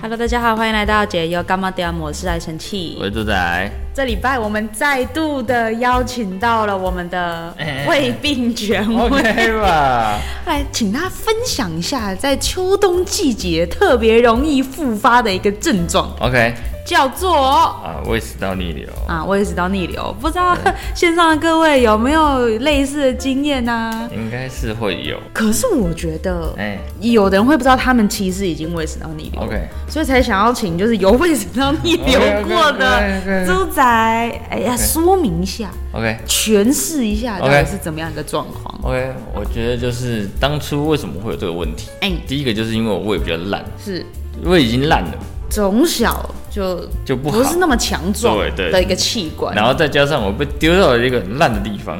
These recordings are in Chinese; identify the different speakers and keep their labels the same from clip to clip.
Speaker 1: Hello，大家好，欢迎来到解忧干妈迪亚模式爱生
Speaker 2: 我
Speaker 1: 气。
Speaker 2: 是猪仔，
Speaker 1: 这礼拜我们再度的邀请到了我们的
Speaker 2: 哎哦哎哎
Speaker 1: 胃病权威
Speaker 2: OK 吧？
Speaker 1: 来请他分享一下在秋冬季节特别容易复发的一个症状，
Speaker 2: OK
Speaker 1: 叫做。
Speaker 2: 啊，胃食道逆流，
Speaker 1: 啊，胃食道逆流，不知道线上的各位有没有类似的经验呢、
Speaker 2: 应该是会有。
Speaker 1: 可是我觉得，
Speaker 2: 哎、
Speaker 1: 有的人会不知道他们其实已经胃食道逆流
Speaker 2: o k
Speaker 1: 所以才想要请就是有胃食道逆流过的
Speaker 2: OK，OK，OK，OK
Speaker 1: 猪仔，哎呀，说明一下，
Speaker 2: OK
Speaker 1: 诠释一下
Speaker 2: OK
Speaker 1: 到底是怎么样一个状况。
Speaker 2: OK，我觉得就是当初为什么会有这个问题？
Speaker 1: 哎、
Speaker 2: 第一个就是因为我胃比较烂，
Speaker 1: 是
Speaker 2: 胃已经烂了，从
Speaker 1: 小就
Speaker 2: 就不好
Speaker 1: 不，是那么强壮
Speaker 2: 对对
Speaker 1: 的一个器官，
Speaker 2: 然后再加上我被丢到了一个很烂的地方，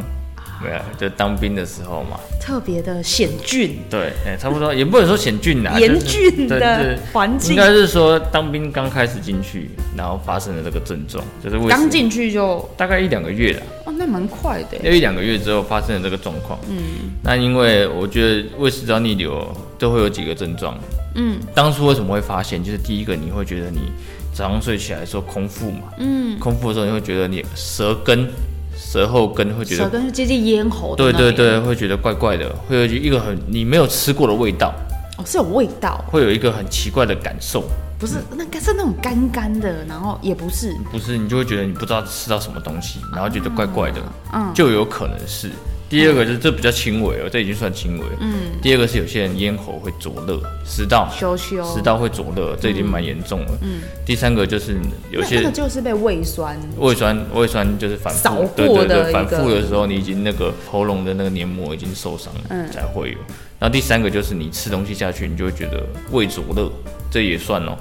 Speaker 2: 没有，就当兵的时候嘛，
Speaker 1: 特别的险峻、
Speaker 2: 对，哎、差不多，也不能说险峻 啊，
Speaker 1: 严
Speaker 2: 就是
Speaker 1: 峻
Speaker 2: 对
Speaker 1: 的
Speaker 2: 对
Speaker 1: 环
Speaker 2: 应
Speaker 1: 境，
Speaker 2: 该是说当兵刚开始进去，然后发生了这个症状，就是胃食
Speaker 1: 刚进去就
Speaker 2: 大概一两个月啦。
Speaker 1: 哦，那蛮快的耶。
Speaker 2: 那一两个月之后发生了这个状况，嗯，那因为我觉得胃食道逆流都会有几个症状，
Speaker 1: 嗯，
Speaker 2: 当初为什么会发现？就是第一个你会觉得你早上睡起来的时候空腹嘛，嗯，空腹的时候你会觉得你舌根、舌后根会觉
Speaker 1: 舌
Speaker 2: 得，
Speaker 1: 根是啊接近咽喉的
Speaker 2: 对
Speaker 1: 那边
Speaker 2: 对对，会觉得怪怪的，会有一个很你没有吃过的味道，
Speaker 1: 哦，是有味道，
Speaker 2: 会有一个很奇怪的感受，
Speaker 1: 不是那该是那种干干的，然后也不是，
Speaker 2: 不是你就会觉得你不知道吃到什么东西，然后觉得怪怪的，
Speaker 1: 嗯
Speaker 2: 就有可能是。第二个就是这比较轻微哦，这已经算轻微。嗯。第二个是有些人咽喉会灼热，食道
Speaker 1: 羞羞。
Speaker 2: 食道会灼热，这已经蛮严重了。嗯。第三个就是有
Speaker 1: 那那
Speaker 2: 些
Speaker 1: 个就是被胃酸
Speaker 2: 胃酸，胃酸就是反
Speaker 1: 扫
Speaker 2: 复
Speaker 1: 过，
Speaker 2: 对
Speaker 1: 的
Speaker 2: 对
Speaker 1: 一
Speaker 2: 对，反
Speaker 1: 个
Speaker 2: 复的时候你已经那个喉咙的那个黏膜已经受伤了，
Speaker 1: 嗯
Speaker 2: 才会有。然后第三个就是你吃东西下去，你就会觉得胃灼热，这也算哦。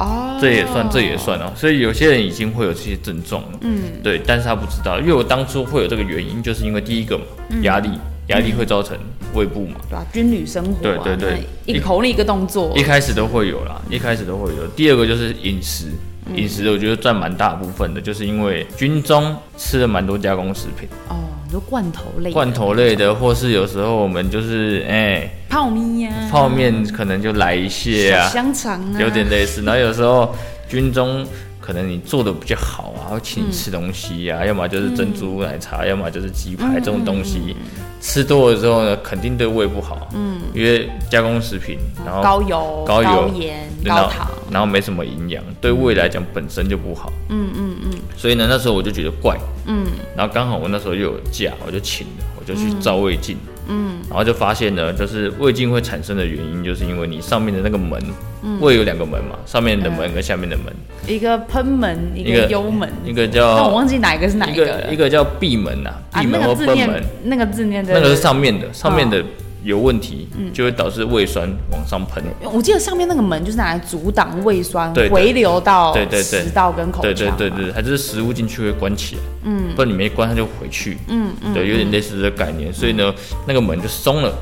Speaker 1: 哦，
Speaker 2: 这也算，这也算哦。所以有些人已经会有这些症状了，嗯，对，但是他不知道，因为我当初会有这个原因，就是因为第一个嘛，
Speaker 1: 嗯
Speaker 2: 压力，压力会造成胃部嘛，
Speaker 1: 对吧、军旅生活、啊，
Speaker 2: 对对对
Speaker 1: 那一个口令一个动作
Speaker 2: 一，开始都会有啦，一开始都会有。第二个就是饮食，
Speaker 1: 嗯
Speaker 2: 饮食我觉得占蛮大部分的，就是因为军中吃了蛮多加工食品，
Speaker 1: 哦，你说罐头类的，
Speaker 2: 罐头类的，或是有时候我们就是哎、
Speaker 1: 泡面呀、啊，
Speaker 2: 泡面可能就来一些
Speaker 1: 嗯
Speaker 2: 啊
Speaker 1: 小，香肠啊，
Speaker 2: 有点类似。然后有时候军中可能你做的比较好啊，会请你吃东西
Speaker 1: 嗯
Speaker 2: 啊，要么就是珍珠奶茶，要么就是鸡排这种东西。
Speaker 1: 嗯
Speaker 2: 吃多了之后呢，肯定对胃不好，嗯，因为加工食品，然后
Speaker 1: 高油、
Speaker 2: 高油
Speaker 1: 盐、
Speaker 2: 然后
Speaker 1: 高糖，
Speaker 2: 然后没什么营养，对胃来讲本身就不好。嗯嗯嗯。所以呢，那时候我就觉得怪。嗯。然后刚好我那时候又有假，我就请了，我就去照胃镜。嗯。然后就发现呢，就是胃镜会产生的原因，就是因为你上面的那个门，
Speaker 1: 嗯
Speaker 2: 胃有两个门嘛，上面的门跟下面的门，
Speaker 1: 一个喷门，一
Speaker 2: 一
Speaker 1: 个
Speaker 2: 个
Speaker 1: 幽门，
Speaker 2: 一个
Speaker 1: 但嗯我
Speaker 2: 叫
Speaker 1: 忘记哪一个是哪
Speaker 2: 一
Speaker 1: 个了
Speaker 2: 个一个叫闭门啊，
Speaker 1: 啊，
Speaker 2: 闭
Speaker 1: 那
Speaker 2: 门
Speaker 1: 个
Speaker 2: 或
Speaker 1: 字哦
Speaker 2: 贲门，
Speaker 1: 念，那个字念的，
Speaker 2: 那个是上面的，上面的有问题，
Speaker 1: 嗯
Speaker 2: 就会导致胃酸往上喷。
Speaker 1: 我记得上面那个门就是拿来阻挡胃酸
Speaker 2: 对对
Speaker 1: 回流到
Speaker 2: 对对对
Speaker 1: 食道跟口腔
Speaker 2: 对
Speaker 1: 嘛，
Speaker 2: 对对对，它就是食物进去会关起来，嗯，不然你没关它就回去，嗯嗯，对，有点类似这个概念，所以呢，那个门就松了，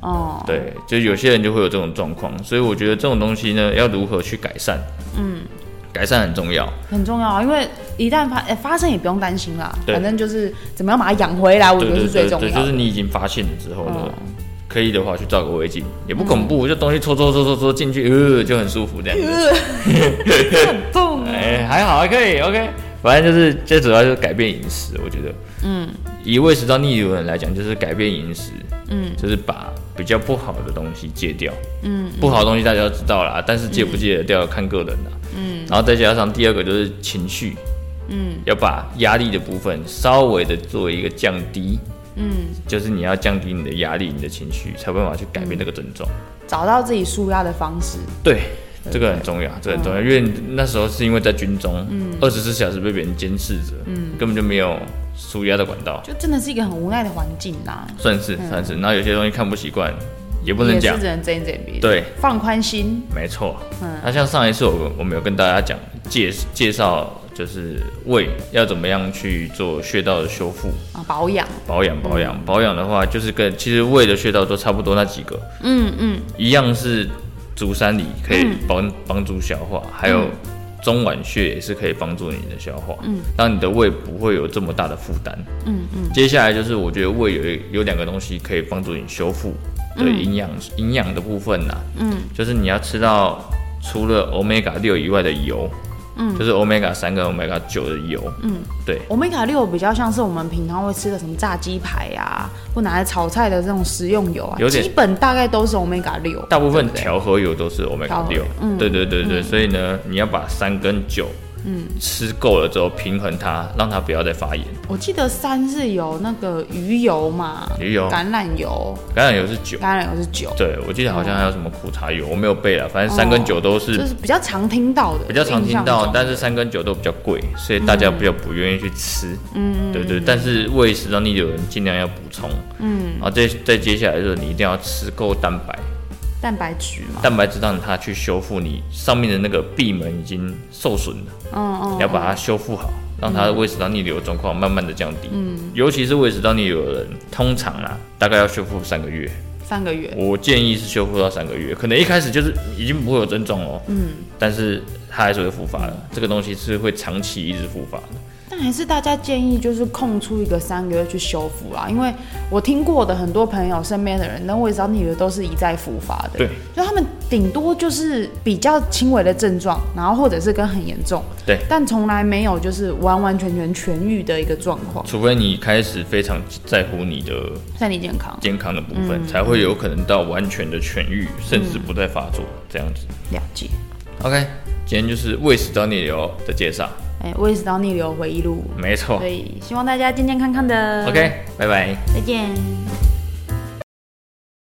Speaker 1: 哦，
Speaker 2: 对，就有些人就会有这种状况，所以我觉得这种东西呢，要如何去改善，嗯，改善很重要，
Speaker 1: 很重要啊，因为一旦发、哎发生也不用担心啦，
Speaker 2: 对
Speaker 1: 反正就是怎么样把它养回来，我觉
Speaker 2: 对
Speaker 1: 得是
Speaker 2: 对
Speaker 1: 最
Speaker 2: 对
Speaker 1: 重要
Speaker 2: 对，
Speaker 1: 的。哦
Speaker 2: 就是你已经发现了之后呢，可以的话去照个胃镜，也
Speaker 1: 嗯
Speaker 2: 不恐怖，就东西搓搓搓搓搓进去，呃，就很舒服这样子，
Speaker 1: 很痛啊！
Speaker 2: 哎，还好还可以，OK。反正就是最主要就是改变饮食，我觉得，嗯，以胃食道逆流的人来讲，就是改变饮食，嗯，就是把比较不好的东西戒掉，嗯，不好的东西大家都知道啦，但是戒不戒得掉看个人啦，嗯，然后再加上第二个就是情绪，嗯，要把压力的部分稍微的做一个降低，嗯，就是你要降低你的压力，你的情绪，才有办法去改变这个症状。
Speaker 1: 找到自己舒压的方式，
Speaker 2: 对，这个很重要，这个很重要，因为那时候是因为在军中，二十四小时被别人监视着，根本就没有舒压的管道，
Speaker 1: 就真的是一个很无奈的环境啦。
Speaker 2: 算是算是。然后有些东西看不习惯，也不能
Speaker 1: 也
Speaker 2: 讲
Speaker 1: 是，只能睁一只眼闭一只眼
Speaker 2: 对，
Speaker 1: 放宽心，
Speaker 2: 没错。那像上一次我我们有跟大家讲介介绍，就是胃要怎么样去做穴道的修复，
Speaker 1: 啊，保养
Speaker 2: 保养保养保养的话，就是跟其实胃的穴道都差不多那几个，嗯嗯，一样是足三里可以帮帮助消化，还有中脘穴也是可以帮助你的消化，嗯，让你的胃不会有这么大的负担，嗯嗯。接下来就是我觉得胃有一有两个东西可以嗯帮助你修复的营养营养的部分呐、嗯，就是你要吃到除了 omega 六以外的油，嗯，就是 omega 三跟 omega 九的油，嗯，对，
Speaker 1: omega 六比较像是我们平常会吃的什么炸鸡排呀、或拿来炒菜的这种食用油啊，
Speaker 2: 有点
Speaker 1: 基本大概都是 omega 六。
Speaker 2: 大部分
Speaker 1: 对不对
Speaker 2: 调和油都是 omega
Speaker 1: 调和
Speaker 2: 六
Speaker 1: 油，嗯
Speaker 2: 对对对对，所以呢，你要把三跟九，嗯，吃够了之后平衡它，让它不要再发炎。
Speaker 1: 我记得三是有那个鱼油嘛，
Speaker 2: 鱼油
Speaker 1: 橄榄油，
Speaker 2: 橄榄油是九，
Speaker 1: 橄榄油是九，
Speaker 2: 对我记得好像还有什么苦茶油，我没有背了，
Speaker 1: 哦
Speaker 2: 反正三跟九都是
Speaker 1: 就是比较常听到的，
Speaker 2: 比较常
Speaker 1: 印
Speaker 2: 听
Speaker 1: 象
Speaker 2: 到，
Speaker 1: 中
Speaker 2: 但是三跟九都比较贵，所以大家比较不愿意去吃。嗯，对对，但是胃食道逆流的人尽量要补充。嗯，然后再再接下来就是你一定要吃够蛋白，
Speaker 1: 蛋白质嘛，
Speaker 2: 蛋白质让它去修复你上面的那个闭门已经受损了，
Speaker 1: 嗯嗯，
Speaker 2: 你要把它修复好，让它的胃食道逆流的状况慢慢的降低。嗯，尤其是胃食道逆流的人，通常啦，大概要修复三个月。
Speaker 1: 三个月，
Speaker 2: 我建议是修复到三个月，可能一开始就是已经不会有症状了，嗯，但是它还是会复发的。这个东西是会长期一直复发的，
Speaker 1: 但还是大家建议就是空出一个三个月去修复啊啦，因为我听过的很多朋友身边的人，那我也知道你的都是一再复发的，
Speaker 2: 对，
Speaker 1: 就他们顶多就是比较轻微的症状，然后或者是跟很严重，
Speaker 2: 对
Speaker 1: 但从来没有就是完完全全痊愈的一个状况，
Speaker 2: 除非你开始非常在乎你的
Speaker 1: 身体健康。
Speaker 2: 健康的部
Speaker 1: 嗯
Speaker 2: 分，才会有可能到完全的痊愈，甚至不再发作这样子。
Speaker 1: 了解。
Speaker 2: OK，今天就是胃食道逆流的介绍，
Speaker 1: 哎，胃食道逆流回忆录，
Speaker 2: 没错
Speaker 1: 所。以希望大家健健康康的。
Speaker 2: OK，拜拜。
Speaker 1: 再见。